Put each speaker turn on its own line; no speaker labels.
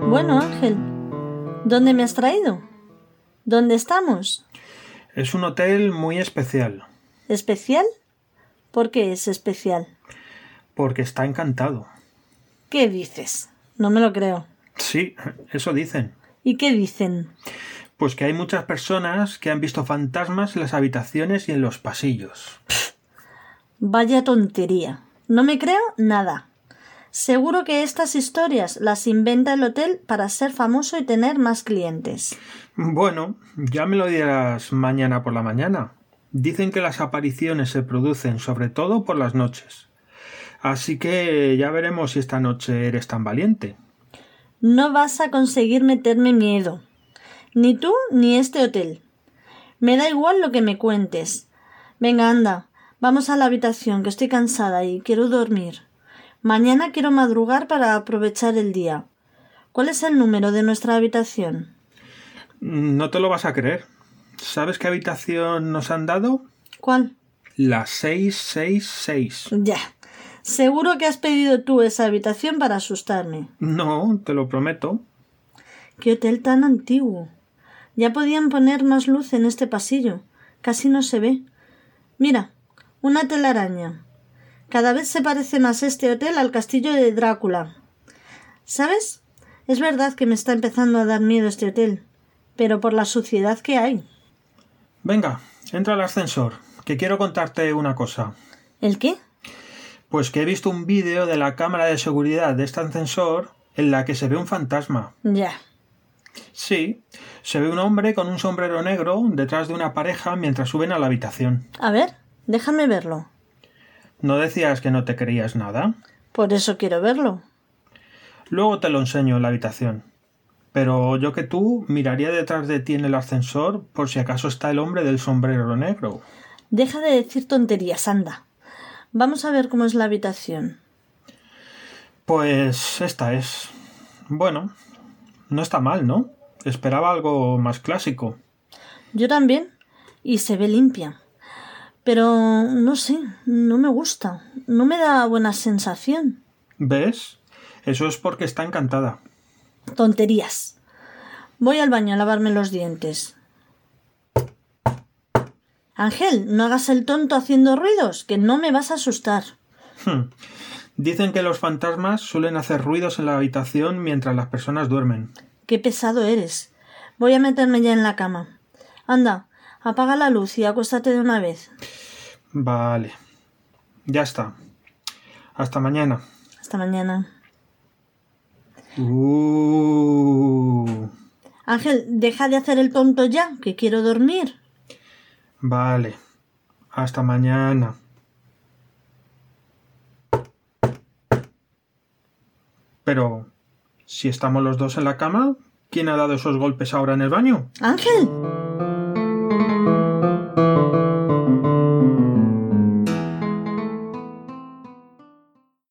Bueno, Ángel, ¿dónde me has traído? ¿Dónde estamos?
Es un hotel muy especial,
¿Especial? ¿Por qué es especial?
porque está encantado.
¿Qué dices? No me lo creo.
Sí, eso dicen.
¿Y qué dicen?
Pues que hay muchas personas que han visto fantasmas en las habitaciones y en los pasillos.
Vaya tontería. No me creo nada. Seguro que estas historias las inventa el hotel para ser famoso y tener más clientes.
Bueno, ya me lo dirás mañana por la mañana. Dicen que las apariciones se producen sobre todo por las noches. Así que ya veremos si esta noche eres tan valiente.
No vas a conseguir meterme miedo. Ni tú ni este hotel. Me da igual lo que me cuentes. Venga, anda. Vamos a la habitación, que estoy cansada y quiero dormir. Mañana quiero madrugar para aprovechar el día. ¿Cuál es el número de nuestra habitación?
No te lo vas a creer. ¿Sabes qué habitación nos han dado?
¿Cuál?
La 666.
Ya. Seguro que has pedido tú esa habitación para asustarme.
No, te lo prometo.
Qué hotel tan antiguo. Ya podían poner más luz en este pasillo. Casi no se ve. Mira, una telaraña. Cada vez se parece más este hotel al castillo de Drácula. ¿Sabes? Es verdad que me está empezando a dar miedo este hotel, pero por la suciedad que hay.
Venga, entra al ascensor, que quiero contarte una cosa.
¿El qué?
Pues que he visto un vídeo de la cámara de seguridad de este ascensor en la que se ve un fantasma.
Ya.
Sí, se ve un hombre con un sombrero negro detrás de una pareja mientras suben a la habitación.
A ver, déjame verlo.
No decías que no te creías nada.
Por eso quiero verlo.
Luego te lo enseño en la habitación. Pero yo que tú miraría detrás de ti en el ascensor por si acaso está el hombre del sombrero negro.
Deja de decir tonterías, anda. Vamos a ver cómo es la habitación.
Pues esta es. Bueno, no está mal, ¿no? Esperaba algo más clásico.
Yo también. Y se ve limpia. Pero no sé, no me gusta. No me da buena sensación.
¿Ves? Eso es porque está encantada.
Tonterías. Voy al baño a lavarme los dientes. Ángel, no hagas el tonto haciendo ruidos, que no me vas a asustar.
Hmm. Dicen que los fantasmas suelen hacer ruidos en la habitación mientras las personas duermen.
Qué pesado eres. Voy a meterme ya en la cama. Anda, apaga la luz y acuéstate de una vez.
Vale. Ya está. Hasta mañana.
Hasta mañana.
Uh,
Ángel, deja de hacer el tonto ya, que quiero dormir.
vale. Hasta mañana. Pero, si estamos los dos en la cama, ¿quién ha dado esos golpes ahora en el baño?
Ángel.